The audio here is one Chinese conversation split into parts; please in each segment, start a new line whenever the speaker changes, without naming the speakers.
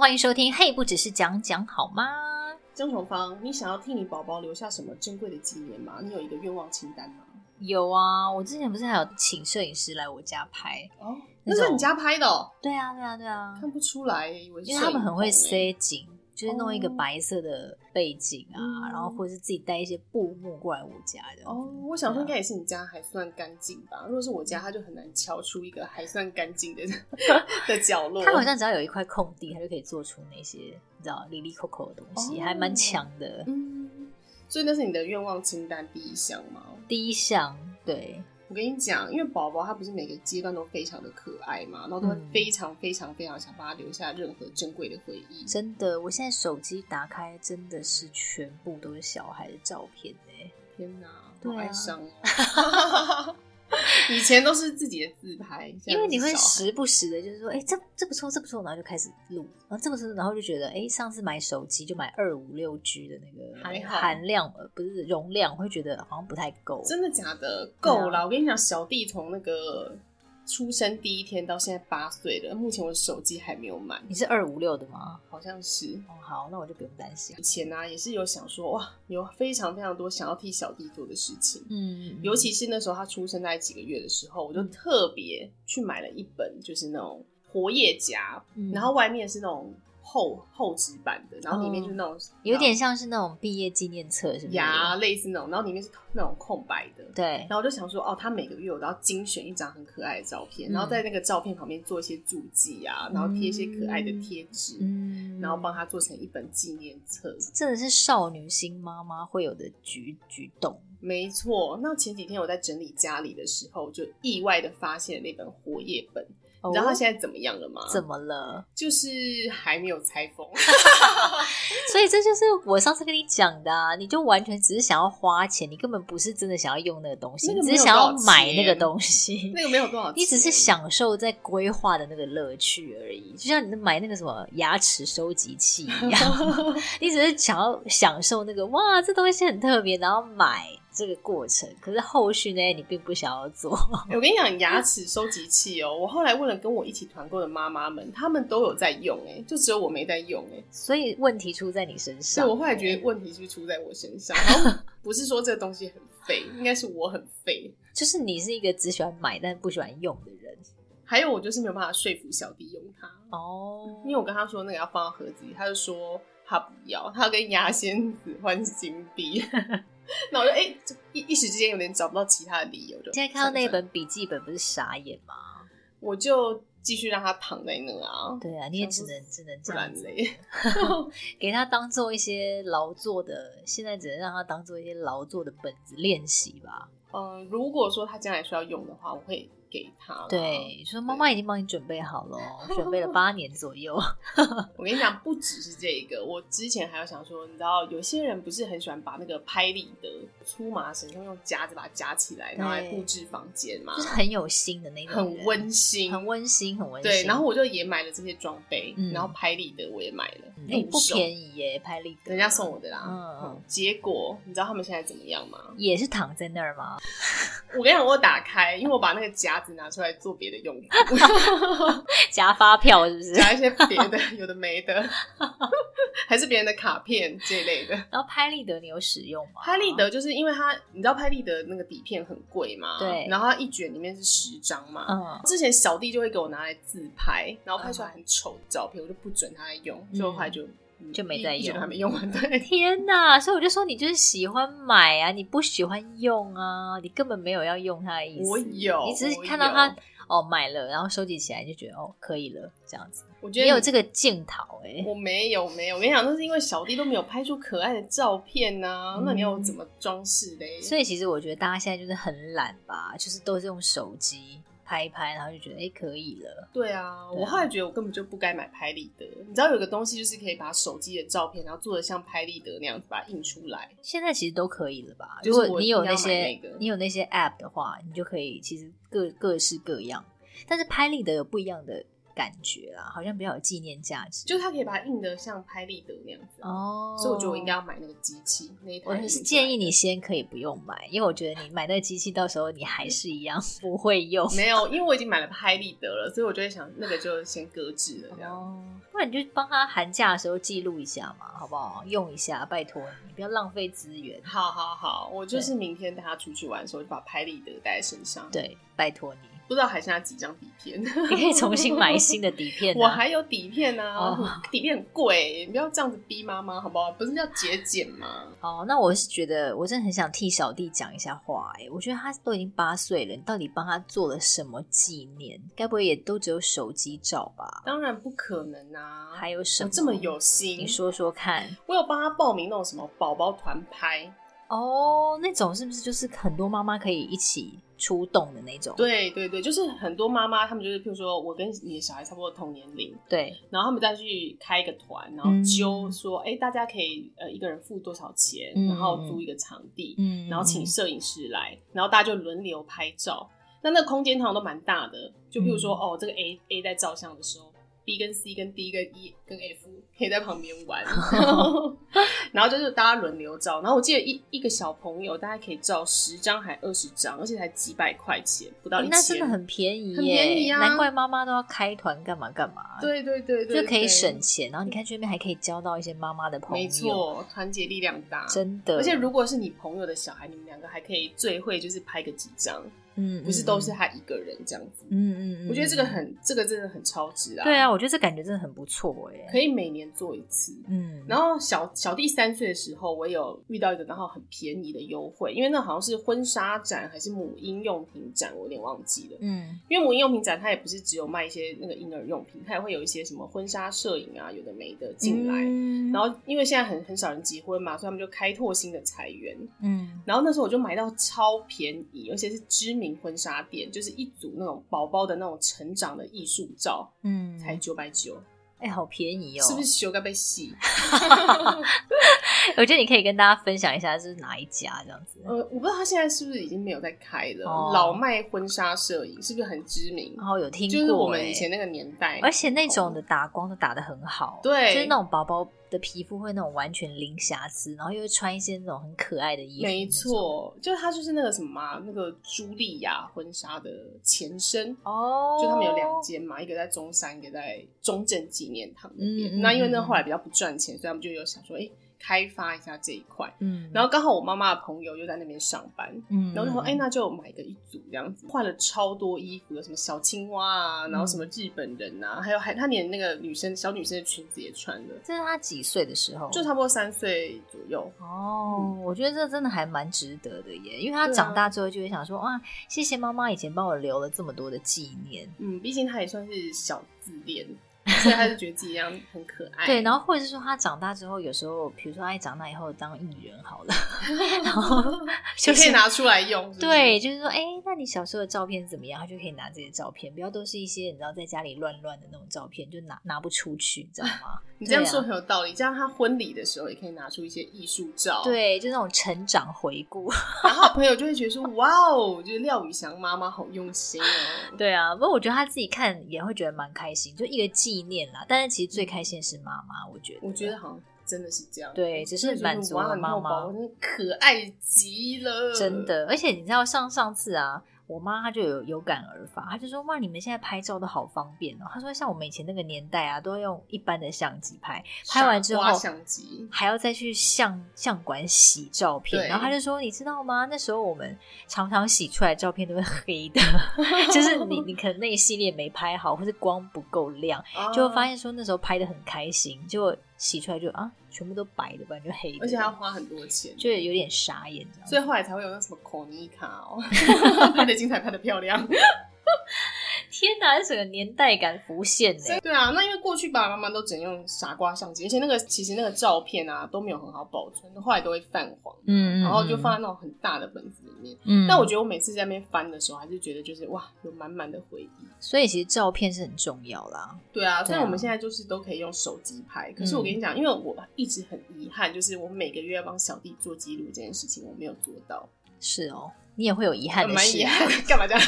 欢迎收听《嘿，不只是讲讲好吗》。
张崇芳，你想要替你宝宝留下什么珍贵的纪念吗？你有一个愿望清单吗？
有啊，我之前不是还有请摄影师来我家拍？
哦，
那
那
种
是你家拍的、哦，
对啊，对啊，对啊，
看不出来，以为是
因为他们很会
摄影棚
塞
欸。
景，就是弄一个
哦
白色的背景啊，
嗯
然后或者是自己带一些布幕过来我家这样子。
哦，我想说应
对啊
该也是你家还算干净吧。如果是我家，他就很难敲出一个还算 干净的的角落。
他好像只要有一块空地，他就可以做出那些你知道里里扣扣的东西，
哦
还蛮强的。
嗯，所以那是你的愿望清单第一项吗？
第一项，对，
我跟你讲，因为宝宝他不是每个阶段都非常的可爱嘛，然后都会
嗯
非常非常非常想帮他留下任何珍贵的回忆。
真的，我现在手机打开真的是全部都是小孩的照片哎、
天哪，
对啊
好哀伤 哦！以前都是自己的自拍，现在
因为你
都
会
是小孩
时不时的，就是说，哎、这这不错，这不错，然后就开始录，然后这不错，然后就觉得，哎、上次买手机就买二五六 G 的那个
还好
含量，呃不是容量，会觉得好像不太够。
真的假的？
对啊
够了！我跟你讲，小弟从那个出生第一天到现在八岁了，目前我手机还没有买，
你是二五六的吗？
好像是。
哦，好，那我就不用担心
以。前呢、也是有想说，哇，有非常非常多想要替小弟做的事情。
嗯，
尤其是那时候他出生大概几个月的时候，我就特别去买了一本，就是那种活页夹，
嗯
然后外面是那种厚厚纸板的，然后里面就是那种、
哦嗯有点像是那种毕业纪念册，是不是？
牙类似那种，然后里面是那种空白的。
对
然，后我就想说，哦，他每个月我都要精选一张很可爱的照片，
嗯
然后在那个照片旁边做一些注记啊，然后贴一些可爱的贴纸，
嗯
然后帮他做成一本纪念册。
真的是少女心妈妈会有的举举动。
没错，那前几天我在整理家里的时候，就意外的发现了那本活页本。
哦
你知道他现在怎么样了吗？
怎么了？
就是还没有拆 封。
所以这就是我上次跟你讲的、啊，你就完全只是想要花钱，你根本不是真的想要用那个东西，
那个
你
没
只
有
是想要
多少
买那个
钱
东西，
那个没有多少钱，
你只是享受在规划的那个乐趣而已。就像你买那个什么牙齿收集器一 样，你只是想要享受那个哇，这东西很特别，然后买这个过程。可是后续呢，你并不想要做。
欸我跟你讲，牙齿收集器哦，我后来问了跟我一起团购的妈妈们，她们都有在用、欸，就只有我没在用、欸，
所以问题出在你身
所
上。
以我后来觉得问题是不是出在我身上，然后不是说这个东西很废，应该是我很废。
就是你是一个只喜欢买但不喜欢用的人
还有我就是没有办法说服小弟用它，
哦
因为我跟他说那个要放到盒子里，他就说他不要，他要跟牙仙子换金币。 那我就哎、欸就一一时之间有点找不到其他的理由，就
现在看到那
算了算了
本笔记本不是傻眼吗？
我就继续让他躺在那啊，
对啊，你也只
想说
能只能
不
这样
然
子，
嘞。
给他当做一些劳作的，现在只能让他当做一些劳作的本子练习吧。
嗯，如果说他将来需要用的话，我会给他啦。
对，说妈妈已经帮你准备好了哦，准备了八年左右。
我跟你讲，不只是这一个，我之前还有想说，你知道有些人不是很喜欢把那个拍立得粗麻绳用用夹子把它夹起来，然后来布置房间嘛
就，是很有心的那种人，
很温馨，
很温馨，很温馨。
对，然后我就也买了这些装备，
嗯
然后拍立得我也买了，
哎、不
宜，
便宜耶，拍立得，
人家送我的啦。
嗯
嗯，结果你知道他们现在怎么样吗？
也是躺在那儿吗？
我跟你讲，我有打开，因为我把那个夹子拿出来做别的用途。
夹发票是不 是？
夹一些别的，有的没的， 还是别人的卡片这一类的。
然后拍立得你有使用吗？
拍立得就是因为它，你知道拍立得那个底片很贵嘛，
对
然后它一卷里面是十张嘛。
嗯，
之前小弟就会给我拿来自拍，然后拍出来很丑的照片，我就不准他来用，
嗯
所以后来就
就没再用嗯
一一卷都还没用完。对，
天呐！所以我就说你就是喜欢买啊，你不喜欢用啊，你根本没有要用它的意思。
我有，
你只是看到它哦买了，然后收集起来你就觉得哦可以了这样子，
我有，我觉得
也有
你
这个镜头哎、
我没有没有，我跟你讲，那是因为小弟都没有拍出可爱的照片呐、
嗯
那你要我怎么装饰嘞？
所以其实我觉得大家现在就是很懒吧，就是都是用手机拍一拍，然后就觉得哎、可以了。对
对啊，
啊
我后来觉得我根本就不该买拍立得。你知道有个东西就是可以把手机的照片，然后做的像拍立得那样子把它印出来。
现在其实都可以了吧？
就是
如果
我
你
一定
有
要
那
买
些
那个
你有那些 app 的话，你就可以其实各各式各样。但是拍立得有不一样的感觉啦，好像比较有纪念价值。
就是它可以把它印的像拍立得那样子。
哦，
所以我觉得我应该要买那个机器那一台
我
印出来的。
是建议你先可以不用买，因为我觉得你买那个机器，到时候你还是一 样不会用。
没有，因为我已经买了拍立得了，所以我就会想那个就先搁置了这样。
哦，不然你就帮他寒假的时候记录一下嘛，好不好？用一下，拜托你，不要浪费资源。
好好好，我就是明天带他出去玩的时候，就把拍立得带在身上。，
对，拜托你，
不知道还剩下几张底片，
你可以重新 买新的底片、啊。
我还有底片呢、啊，
哦
底片很贵，你不要这样子逼妈妈好不好？不是要节俭吗？
哦，那我是觉得，我真的很想替小弟讲一下话、欸。我觉得他都已经八岁了，你到底帮他做了什么纪念？该不会也都只有手机照吧？
当然不可能啊！
还有什
我
么？
这么有心，
你说说看。
我有帮他报名那种什么宝宝团拍，
哦，那种是不是就是很多妈妈可以一起出动的那种？
对对对，就是很多妈妈她们就是，譬如说我跟你的小孩差不多同年龄，
对
然后他们再去开一个团，然后揪说，哎、大家可以呃一个人付多少钱，
嗯
然后租一个场地，
嗯
然后请摄影师来，然后大家就轮流拍照。那那个空间通常都蛮大的，就譬如
嗯
说，哦，这个 A A 在照相的时候，B 跟 C 跟 D 跟 E 跟 F 可以在旁边 玩，然后然后就是大家轮流照。然后我记得一一个小朋友大概可以照十张还二十张，而且才几百块钱，不到
欸
一千，
那真的很便宜耶，
很便宜啊
难怪妈妈都要开团干嘛干嘛，
对对对对，
就可以
对
省钱。然后你看这边还可以交到一些妈妈的朋友，
没，错，团结力量大，
真的。
而且如果是你朋友的小孩，你们两个还可以最会就是拍个几张，
嗯，
不是都是他一个人这样子。
嗯，嗯嗯嗯，
我觉得这个很，这个真的很超值啊！
对，啊，我觉得这感觉真的很不错哎。
可以每年做一次。
嗯，
然后小小弟三岁的时候，我有遇到一个刚好很便宜的优惠，因为那好像是婚纱展还是母婴用品展，我有点忘记了。
嗯
因为母婴用品展它也不是只有卖一些那个婴儿用品，它也会有一些什么婚纱摄影啊，有的没的进来。
嗯
然后因为现在很很少人结婚嘛，所以他们就开拓新的财源。
嗯
然后那时候我就买到超便宜，而且是知名婚纱店，就是一组那种宝宝的那种成长的艺术照，
嗯，
才九百九，
哎，好便宜哦，
是不是？修该被洗？
我觉得你可以跟大家分享一下是哪一家这样子。
呃，我不知道他现在是不是已经没有在开了。
哦
老麦婚纱摄影是不是很知名？
然后有听过，
就是我们
哎
以前那个年代，
而且那种的打光都打得很好，
哦对
就是那种宝宝的皮肤会那种完全零瑕疵，然后又会穿一些那种很可爱的衣服，
没，错，就是他就是那个什么嘛、那个茱莉亚婚纱的前身。
哦，
就他们有两，间嘛，一个在中山，一个在中正纪念堂那边。
嗯嗯
那因为
嗯
那
嗯
后来比较不赚钱，所以他们就有想说，哎、开发一下这一块。
嗯，
然
后
后刚好我妈妈的朋友又在那边上班，
嗯
然后就说，哎、那就买个一组这样子，换了超多衣服，有什么小青蛙啊，然后
嗯
什么日本人啊，还有还她连那个女生小女生的裙子也穿了，
这是他几岁的时候，
就差不多三岁左右。
哦，我觉得这真的还蛮值得的耶，因为他
对啊
长大之后就会想说，哇，谢谢妈妈以前帮我留了这么多的纪念。
嗯，毕竟她也算是小自恋，所以她就觉得自己一样很可 爱。
对，然后或者是说他长大之后，有时候比如说他长大以后当艺人好了， 然后 就
就可以
是
拿出来用是不是
对，就是说，哎、那你小时候的照片怎么样？他就可以拿这些照片，不要都是一些你知道在家里乱乱的那种照片，就拿拿不出去，你知道 吗？
你这样
对啊
说很有道理，这样她婚礼的时候也可以拿出一些艺术照。，
对，就那种成长回顾。
然后朋友就会觉得说，哇哦，就是廖宇翔妈妈好用心哦。
对啊，不过我觉得他自己看也会觉得蛮开心，就一个纪念啦。但是其实最开心的是妈妈，我觉得。
我觉得好像真的是这样。
对只是
就是
满足了
哇你看我
妈妈
宝宝真的可爱极了，
真。的，而且你知道上上次啊，我妈她就有有感而发，她就说：“哇，你们现在拍照都好方便哦。”她说：“像我们以前那个年代啊，都要用一般的相机拍，拍完之后
傻瓜相机
还要再去相相馆洗照片。
对
然后她就说：“你知道吗？那时候我们常常洗出来的照片都会黑 的，就是你你可能那一系列没拍好，或是光不够亮， 就会发
现，
现说那时候拍的很开心，结果洗出来就啊，全部都白的，不然就黑的，
而且还要花很多钱，
就有点傻眼这样子。
所以后来才会有那什么口尼卡哦， 拍的精彩，拍的漂亮。
天哪，这整个年代感浮现呢、
对啊，那因为过去爸爸妈妈都只能用傻瓜相机，而且那个其实那个照片啊都没有很好保存，后来都会泛黄，
嗯
然后就放在那种很大的本子里面。
嗯
但我觉得我每次在那边翻的时候，还是觉得就是哇，有满满的回忆。
所以其实照片是很重要啦。
对啊，虽然
对啊嗯
我们现在就是都可以用手机拍，可是我跟你讲，因为我一直很遗憾，就是我每个月要帮小弟做记录这件事情，我没有做到，呃
是哦，你也会有遗憾的
蛮
事
遗。憾的。干嘛这样？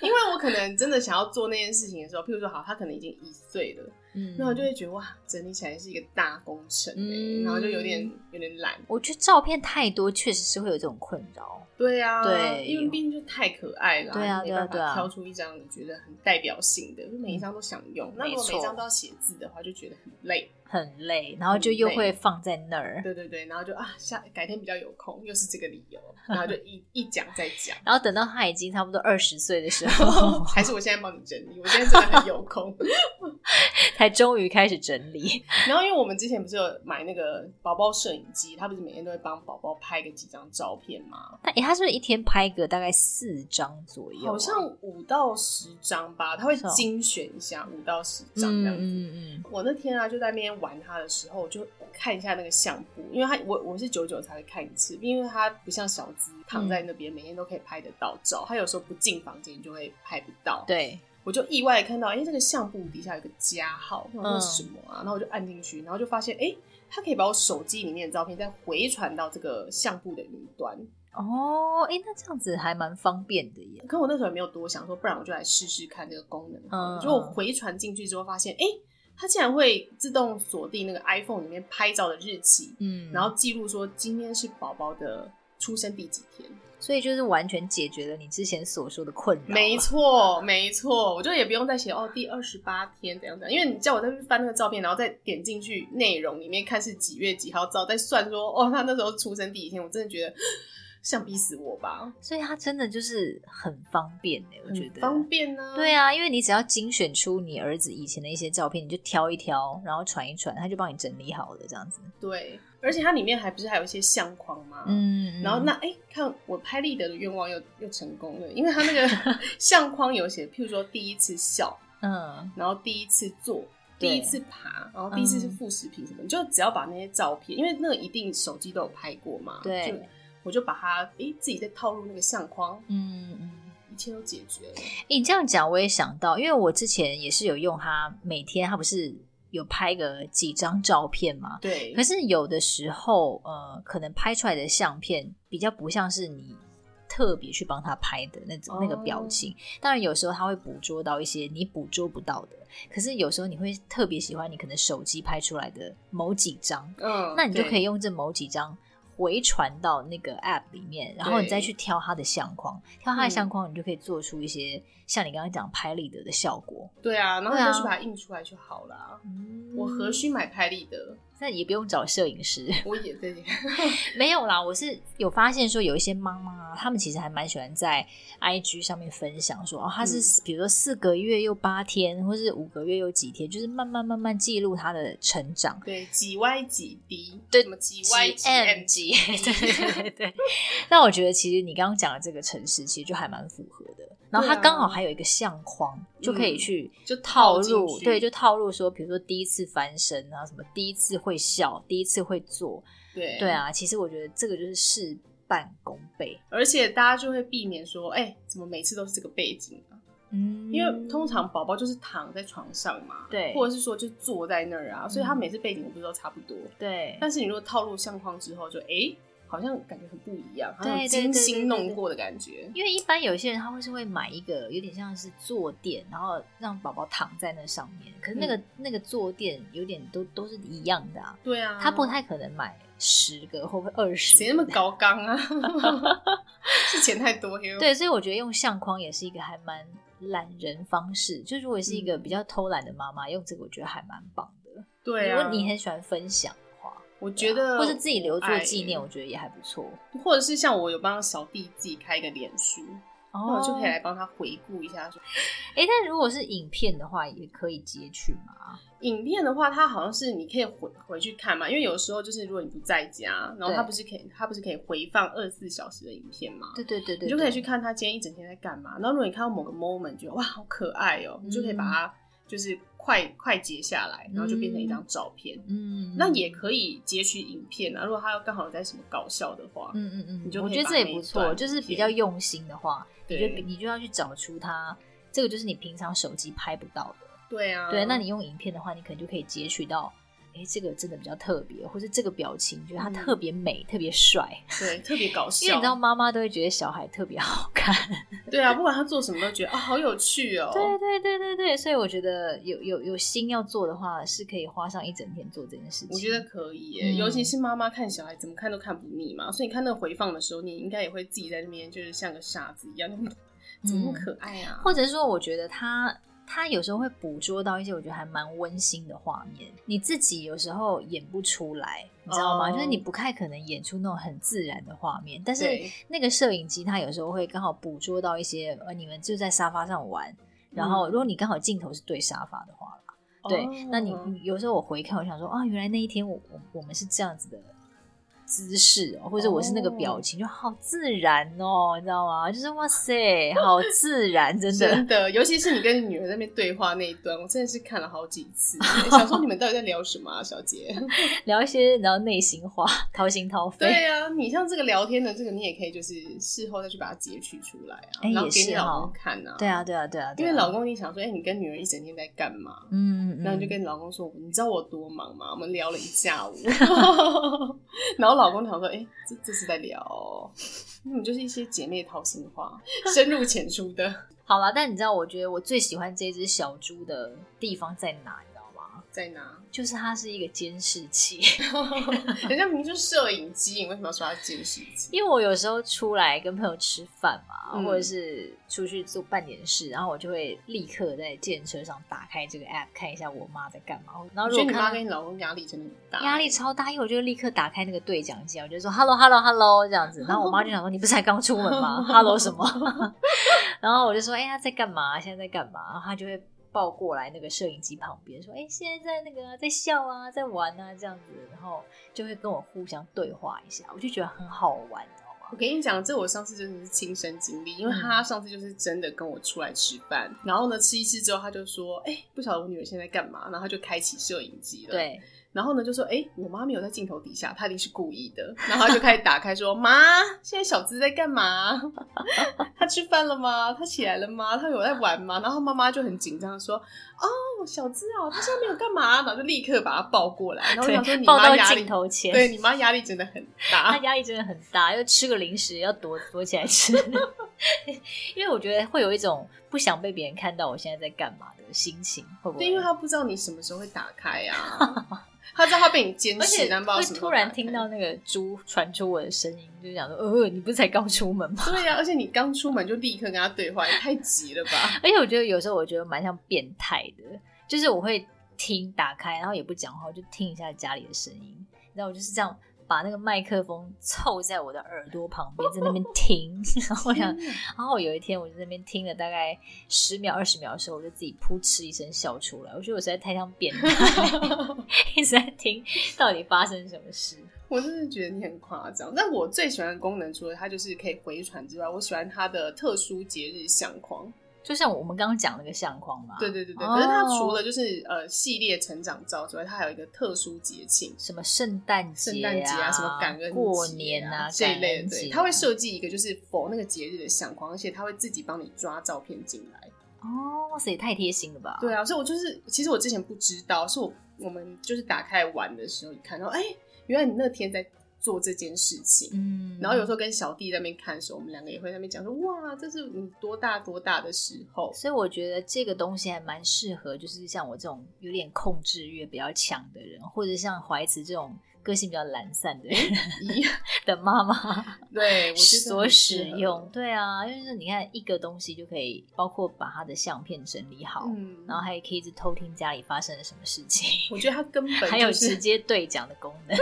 因为我可能真的想要做那件事情的时候，譬如说，好，他可能已经一岁了，
嗯
那我就会觉得哇，整理起来是一个大工程、欸
嗯
然后就有点有点懒。
我觉得照片太多，确实是会有这种困扰。
对啊，
对
因为毕竟就太可爱了，
对啊
你没办
对啊对啊
法挑出一张你觉得很代表性的，就每一张都想用。那如果每一张都要写字的话，就觉得很累。
很累，然后就又会放在那儿，
对对对，然后就啊，下改天比较有空，又是这个理由，然后就一一讲再 讲。
然后等到他已经差不多二十岁的时 候，
还是我现在帮你整理，我现在真的很有空。
才终于开始整理。
然后，因为我们之前不是有买那个宝宝摄影机，他不是每天都会帮宝宝拍个几张照片吗？
那诶，他是不是一天拍个大概四张左右啊、
好像五到十张吧，他会
是哦
精选一下五到十
嗯
张这
嗯
样子。
嗯嗯，
我那天啊，就在那边玩它的时候，我就看一下那个相簿，因为它我我是久久才会看一次，因为它不像小资躺在那边、每天都可以拍得到照，它有时候不进房间就会拍不到。，
对，
我就意外地看到，哎、这个相簿底下有个加号，我想说
嗯
什么啊？然后我就按进去，然后就发现，哎、它可以把我手机里面的照片再回传到这个相簿的云端。
哦，诶，那这样子还蛮方便的耶。
可我那时候也没有多想，说不然我就来试试看这个功能好了。
嗯
结果我回传进去之后，发现哎、诶它竟然会自动锁定那个 iPhone 里面拍照的日期，
嗯，
然后记录说今天是宝宝的出生第几天。
所以就是完全解决了你之前所说的困扰。
没，错，没错，我就也不用再写哦，第二十八天怎样啊怎样，因为你叫我再去翻那个照片，然后再点进去内容里面看是几月几号照，再算说哦，他那时候出生第几天，我真的觉得想逼死我吧，
所以它真的就是很方便诶，我觉
很
得
方。便呢、
对啊，因为你只要精选出你儿子以前的一些照片，你就挑一挑，然后传一传，他就帮你整理好了，这样子。
对，而且它里面还不是还有一些相框吗？。
嗯，
然后那哎、看我拍立得的愿望又又成功了，因为它那 个相框有写，譬如说第一次笑，
嗯，
然后第一次坐，
对嗯
第一次爬，然后第一次是副食品什么，你就只要把那些照片，因为那个一定手机都有拍过嘛，
对
就我就把它哎、自己再套入那个相框，
嗯，嗯，
一切都解决了。
你这样讲我也想到，因为我之前也是有用它，每天它不是有拍个几张照片嘛？
对
可，是有的时候，呃，可能拍出来的相片比较不像是你特别去帮他拍的那种、那个
哦
表情。当然，有时候他会捕捉到一些你捕捉不到的。可是有时候你会特别喜欢你可能手机拍出来的某几张，
嗯
那你就可以
用
用这某几张回传到那个 App 里面，然后你再去挑它的相框，挑它的
嗯
相框，你就可以做出一些像你刚刚讲拍立得的效果。
对啊，然后
对啊嗯
再去把它印出来就好啦。我何？须买拍立得？
那也不用找摄影师，
我也对，
没有啦。我是有发现说，有一些妈妈啊，她们其实还蛮喜欢在 IG 上面分享说，哦，她是
嗯
比如说四个月又八天，或是五个月又几天，就是慢慢慢慢记录她的成长。
对，几 Y 几 D，
对
什么几 Y
几
几
M
M
级，
几，
对对对。那我觉得其实你刚刚讲的这个城市，其实就还蛮符合的。然后它
对啊
刚好还有一个相框，就可以去
就
套
套进
路，
去
对，就套路说，比如说第一次翻身啊，什么第一次会笑，第一次会做，
对
对。啊。其实我觉得这个就是事半功倍，
而且大家就会避免说，哎、怎么每次都是这个背景啊？
嗯，
因为通常宝宝就是躺在床上嘛，
对嗯
或者是说就坐在那儿啊，所以他每次背景不是都差不多。
对
但是你如果套入相框之后就，哎，好像感觉很不一样，好
对
像精心弄过的感觉。
因为一般有些人他会是会买一个有点像是坐垫，然后让宝宝躺在那上面。可是那个、那个坐垫有点都都是一样的啊，
对啊，
他不太可能买十个或者二十。
谁那么？高刚 啊？是钱太多哟。
对，所以我觉得用相框也是一个还蛮懒人方式。就如果是一个比较偷懒的妈妈，用这个我觉得还蛮棒的。
对啊，
如果你很喜欢分享的话，啊
我觉得
或是自己留作
我爱
纪念，我觉得也还不错。
或者是像我有帮小弟自己开一个脸书，那
哦
我就可以来帮他回顾一下，说
哎，但如果是影片的话，也可以截取嘛。
影片的话，它好像是你可以回回去看嘛，因为有时候就是如果你不在家，然后它
对
不是可以它不是可以回放二十四小时的影片嘛，
对对对对，
你就可以
对
去看他今天一整天在干嘛。然后如果你看到某个 moment 觉得哇好可爱哦、你就可以
嗯
把它就是快快截下来，然后就变成一张照片。
嗯，
那也可以截取影片啊，如果他要刚好有在什么搞笑的话，
嗯嗯嗯
你就
我
可以
觉得
把
这也
那
不
一
错，
段
就是比
片
较用心的话，你就
对
你就要去找出它，这个就是你平常手机拍不到的。
对啊，
对，那你用影片的话，你可能就可以截取到，哎，这个真的比较特别，或是这个表情觉得他特别美、特别帅。
对，特别搞嗯笑。
因为你知道，妈妈都会觉得小孩特别好看。
对啊，不管他做什么都觉得啊、好有趣哦。
对对对对对，所以我觉得有有有心要做的话，是可以花上一整天做这件事情。
我觉得可以耶、
嗯
尤其是妈妈看小孩，怎么看都看不腻嘛。所以你看那个回放的时候，你应该也会自己在那边就是像个傻子一样，那么怎么那么可爱啊？
嗯或者说，我觉得他他有时候会捕捉到一些我觉得还蛮温馨的画面，你自己有时候演不出来，你知道吗
哦
就是你不太可能演出那种很自然的画面，但是
对
那个摄影机它有时候会刚好捕捉到一些呃，你们就在沙发上玩，然后如果你刚好镜头是对沙发的话啦对，那你
嗯哦
你有时候我回看，我想说啊，原来那一天我我我们是这样子的姿势哦，或者我是那个表情，就好自然哦，你知道吗？就是哇塞，好自然，真的
真。的，尤其是你跟你女儿在那边对话那一段，我真的是看了好几 次，想说你们到底在聊什么啊，小姐？
聊一些然后内心话，掏心掏肺。
对啊，你像这个聊天的这个，你也可以就是事后再去把它截取出来啊，
哎
然后
也
给
是
你老
哦
公看啊。
对啊，对啊，对啊，
因
对啊
为老公你想说，哎、你跟女儿一整天在干嘛？
嗯，嗯嗯，
然后你就跟你老公说，你知道我多忙吗？我们聊了一 下午， 然后老公想说，哎、这这是在聊哦，那么就是一些姐妹掏心话， 深入浅出的，
好了。但你知道，我觉得我最喜欢这只小猪的地方在哪？你知道吗？
在哪？
就是它是一个监视器。
人家明明就是摄影机，你为什么要说它监视机？
因为我有时候出来跟朋友吃饭嘛，
嗯
或者是出去做办点事，然后我就会立刻在电车上打开这个 app 看一下我妈在干嘛。然后
我
如
觉得
果
你妈
看到
跟你老公压力真的很大，
压力超大，因为我就立刻打开那个对讲机，我就说 hello hello hello 这样子。然后我妈就想说你不是才刚出门吗 ？hello 什么？然后我就说哎呀在干嘛？现在在干嘛？然后她就会。抱过来那个摄影机旁边说：“哎、现在在那个啊在笑啊，在玩啊，这样子，然后就会跟我互相对话一下，我就觉得很好玩，你知道吗？
我跟你讲，这我上次真的是亲身经历，因为
嗯
他上次就是真的跟我出来吃饭，然后呢吃一次之后，他就说：“哎、不晓得我女儿现在干嘛。”然后他就开启摄影机了。。
对，
然后呢就说：“哎、我妈没有在镜头底下，她一定是故意的。”然后他就开始打开说：“ 妈，现在小资在干嘛？ 她吃饭了吗？她起来了吗？她有在玩吗？”然后妈妈就很紧张地说：“哦，小资啊，她现在没有干嘛。”然后就立刻把她抱过来。然后我想说：“你
抱
妈
到
压
镜
力，
头前，
对你妈压力真的很大。”
他压力真的很大，又吃个零食要躲躲起来吃， 因为我觉得会有一种不想被别人看到我现在在干嘛的心情，会不会？
对，因为他不知道你什么时候会打开啊，他知道他被你监
而
视，
且
但不知道
会
什么时候
突然
打开
听。到那个猪传出我的声音，就想说：“呃，你不是才刚出门吗
对呀、而且你刚出门就立刻跟他对话，也太急了吧？”？
而且我觉得有时候我觉得蛮像变态的，就是我会听打开，然后也不讲话，我就听一下家里的声音，然后我就是这样把那个麦克风凑在我的耳朵旁边，在那边听，然后我想
天哪
然后有一天我就在那边听了大概十秒二十秒的时候，我就自己扑哧一声笑出来。我觉得我实在太像变态， 一直在听到底发生什么事。
我真的觉得你很夸张。但我最喜欢的功能，除了它就是可以回传之外，我喜欢它的特殊节日相框。
就像我们刚刚讲那个相框嘛，
对对对对，
哦
可是它除了就是呃系列成长照之外，它还有一个特殊节庆。
什么圣诞节、
圣诞节
啊、
啊，什么感恩节、
过年啊
这一类的，
感恩
对，
节
他会设计一个就是否那个节日的相框，而且他会自己帮你抓照片进来。
哦，哇塞，也太贴心了吧？
对啊，所以我就是，其实我之前不知道，是我我们就是打开玩的时候，一看到，哎、原来你那天在做这件事情。
嗯，
然后有时候跟小弟在那边看的时候，我们两个也会在那边讲说，哇，这是你多大多大的时候。
所以我觉得这个东西还蛮适合，就是像我这种有点控制欲比较强的人，或者像怀慈这种个性比较懒散的人
咦，
的妈妈。
对，我觉得
所
很
使
适合
用，，对啊，因为是你看一个东西就可以，包括把它的相片整理好，
嗯，
然后还可以一直偷听家里发生了什么事情，
我觉得他根本、就是、
还有直接对讲的功能。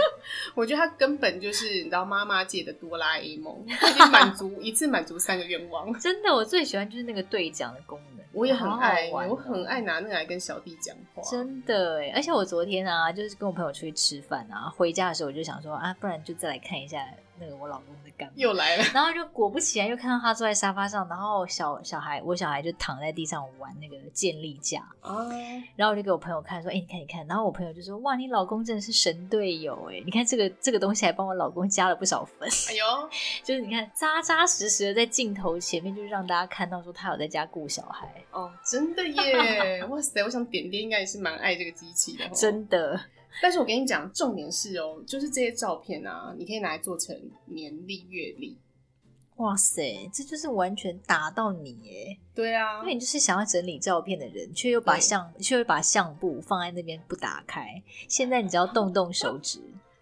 我觉得他根本就是你知道妈妈界的哆啦 A 梦，他已经满足一次满足三个愿望。
真的，我最喜欢就是那个对讲的功能，
我也很
好好
爱，
玩
我
哦
很爱拿那个来跟小弟讲话。
真的哎，而且我昨天啊，就是跟我朋友出去吃饭啊，回家的时候我就想说啊，不然就再来看一下那个我老公在干嘛。
又 来了，
然后就果不其然，又看到他坐在沙发上，然后小小孩，我小孩就躺在地上玩那个健力架，
啊，
然后我就给我朋友看，说：“哎、你看，你看。”然后我朋友就说：“哇，你老公真的是神队友哎！你看这个这个东西还帮我老公加了不少分，
哎呦，
就是你看扎扎实实的在镜头前面，就让大家看到说他有在家顾小孩，
哦，真的耶！哇塞，我想点点应该也是蛮爱这个机器的、哦，
真的。
但是我跟你讲，重点是哦，就是这些照片啊，你可以拿来做成年历、月历。
哇塞，这就是完全打到你耶！
对啊
因，为你就是想要整理照片的人，却又把
对
相却又把相簿放在那边不打开。现在你只要动动手指，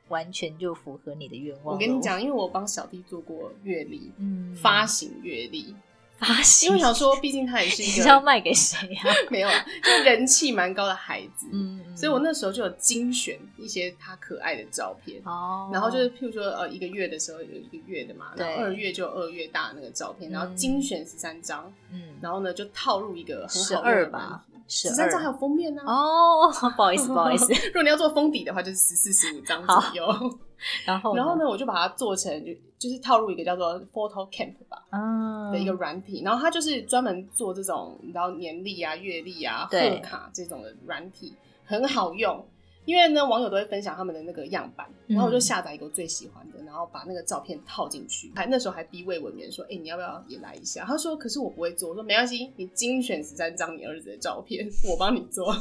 完全就符合你的愿望。
我跟你，讲，因为我帮小弟做过月历，
嗯，
发行月历，
发
因
行，
为我想说，毕竟他也是
你
一
是要
个
卖给谁啊？
没有啊，就是人气蛮高的孩子，
嗯，
所以我那时候就有精选一些他可爱的照片。
哦，
然后就是，譬如说，呃，一个月的时候有一个月的嘛，然后
对
二月就有二月大的那个照片，然后
嗯
精选十三张，
嗯，
然后呢就套入一个很
十
好用的
二
版本
吧，，十
啊十
二
三张还有封面呢、啊。
哦，不 好意思， 不好意思。
如果你要做封底的话，就是十四、十五张
好
左右。
然后，
然后？呢，我就把它做成就就是套入一个叫做 Photo Camp 吧
嗯，
的一个软体，然后它就是专门做这种你知道年历啊、月历啊、
对
贺卡这种的软体，很好用。因为呢，网友都会分享他们的那个样板，
嗯
然后我就下载一个我最喜欢的，然后把那个照片套进去。还那时候还逼魏文员说：“哎、你要不要也来一下？”他说：“可是我不会做。”我说：“没关系，你精选十三张你儿子的照片，我帮你 做。”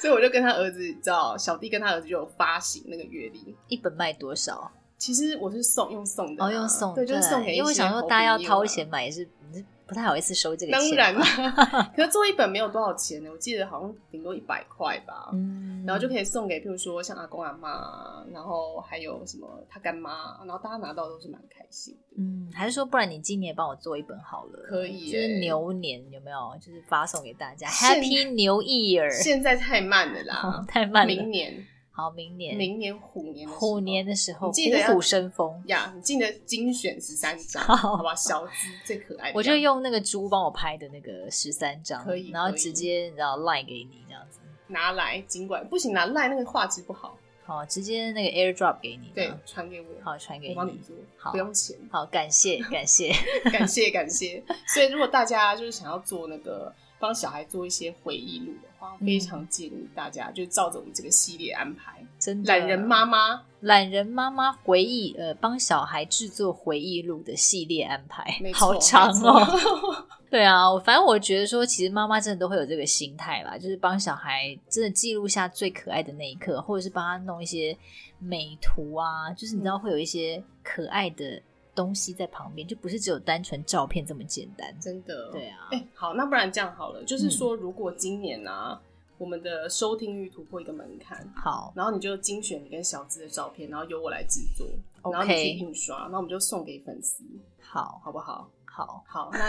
所以我就跟他儿子，你知道，小弟跟他儿子就有发行那个月历，
一本卖多少？
其实我是送用送的啊、
哦，用送
对，就是送给一些
因为我想说大家要掏钱
好
买也是你是不太好意思收这个
朋友
钱，
啊。当然，啦，可是做一本没有多少钱呢，我记得好像顶多一百块吧，
嗯，
然后就可以送给，譬如说像阿公阿妈，然后还有什么他干妈，啊然后大家拿到都是蛮开心的。
嗯，还是说不然你今年帮我做一本好了，
可以
就
耶
是牛年有没有？就是发送给大家
现
，Happy New Year，
现在太慢了
好
啦，
太慢
明
了，
年
好，明年
明年虎年的时候
虎年的时候
你记得要
虎虎生风。
呀，你记得精选十三张，
好
好吧，小资最可爱的样子，
我就用那个猪帮我拍的那个十三张
可以，
然后
可以
直接然后 line 给你这样子，
拿来，尽管不行拿赖那个画质不好，
好，直接那个 airdrop 给你，
对，，传给我，
好传给
我帮你做，
好
不用钱。
好，感 谢感谢，
感谢感谢。所以如果大家就是想要做那个帮小孩做一些回忆录的话，
嗯
非常建议大家就照着我们这个系列安排。
真的
懒人妈妈，
懒人妈妈回忆，呃，帮小孩制作回忆录的系列安排
没，错
好长哦。
没错
对啊，我反正我觉得说，其实妈妈真的都会有这个心态啦，就是帮小孩真的记录下最可爱的那一刻，或者是帮他弄一些美图啊，就是你
嗯
知道会有一些可爱的东西在旁边，就不是只有单纯照片这么简单。
真的。
对啊，嗯
哎、好，那不然这样好了，就是说，如果今年啊，我们的收听率突破一个门槛。
好，
然后你就精选你跟小资的照片，然后由我来制作
OK
然后你去印刷，然后我们就送给粉丝，
好，
好不好？
好。
好，那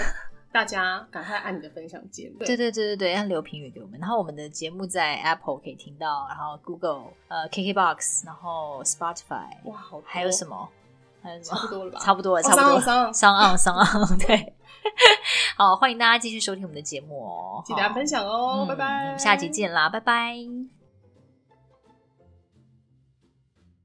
大家赶快按你的分享键。
对对对对对，要留评语给我们。然后我们的节目在 Apple 可以听到，然后 Google、呃 KKBox，然后 Spotify，
哇，好多，
还有什么？还有什
差
么？
不多了吧？
差不多了，
哦
差不多了。
上上
上岸，上岸，对。好，欢迎大家继续收听我们的节目哦，
记得按分享哦，
嗯
拜拜，
我们下集见啦，拜拜。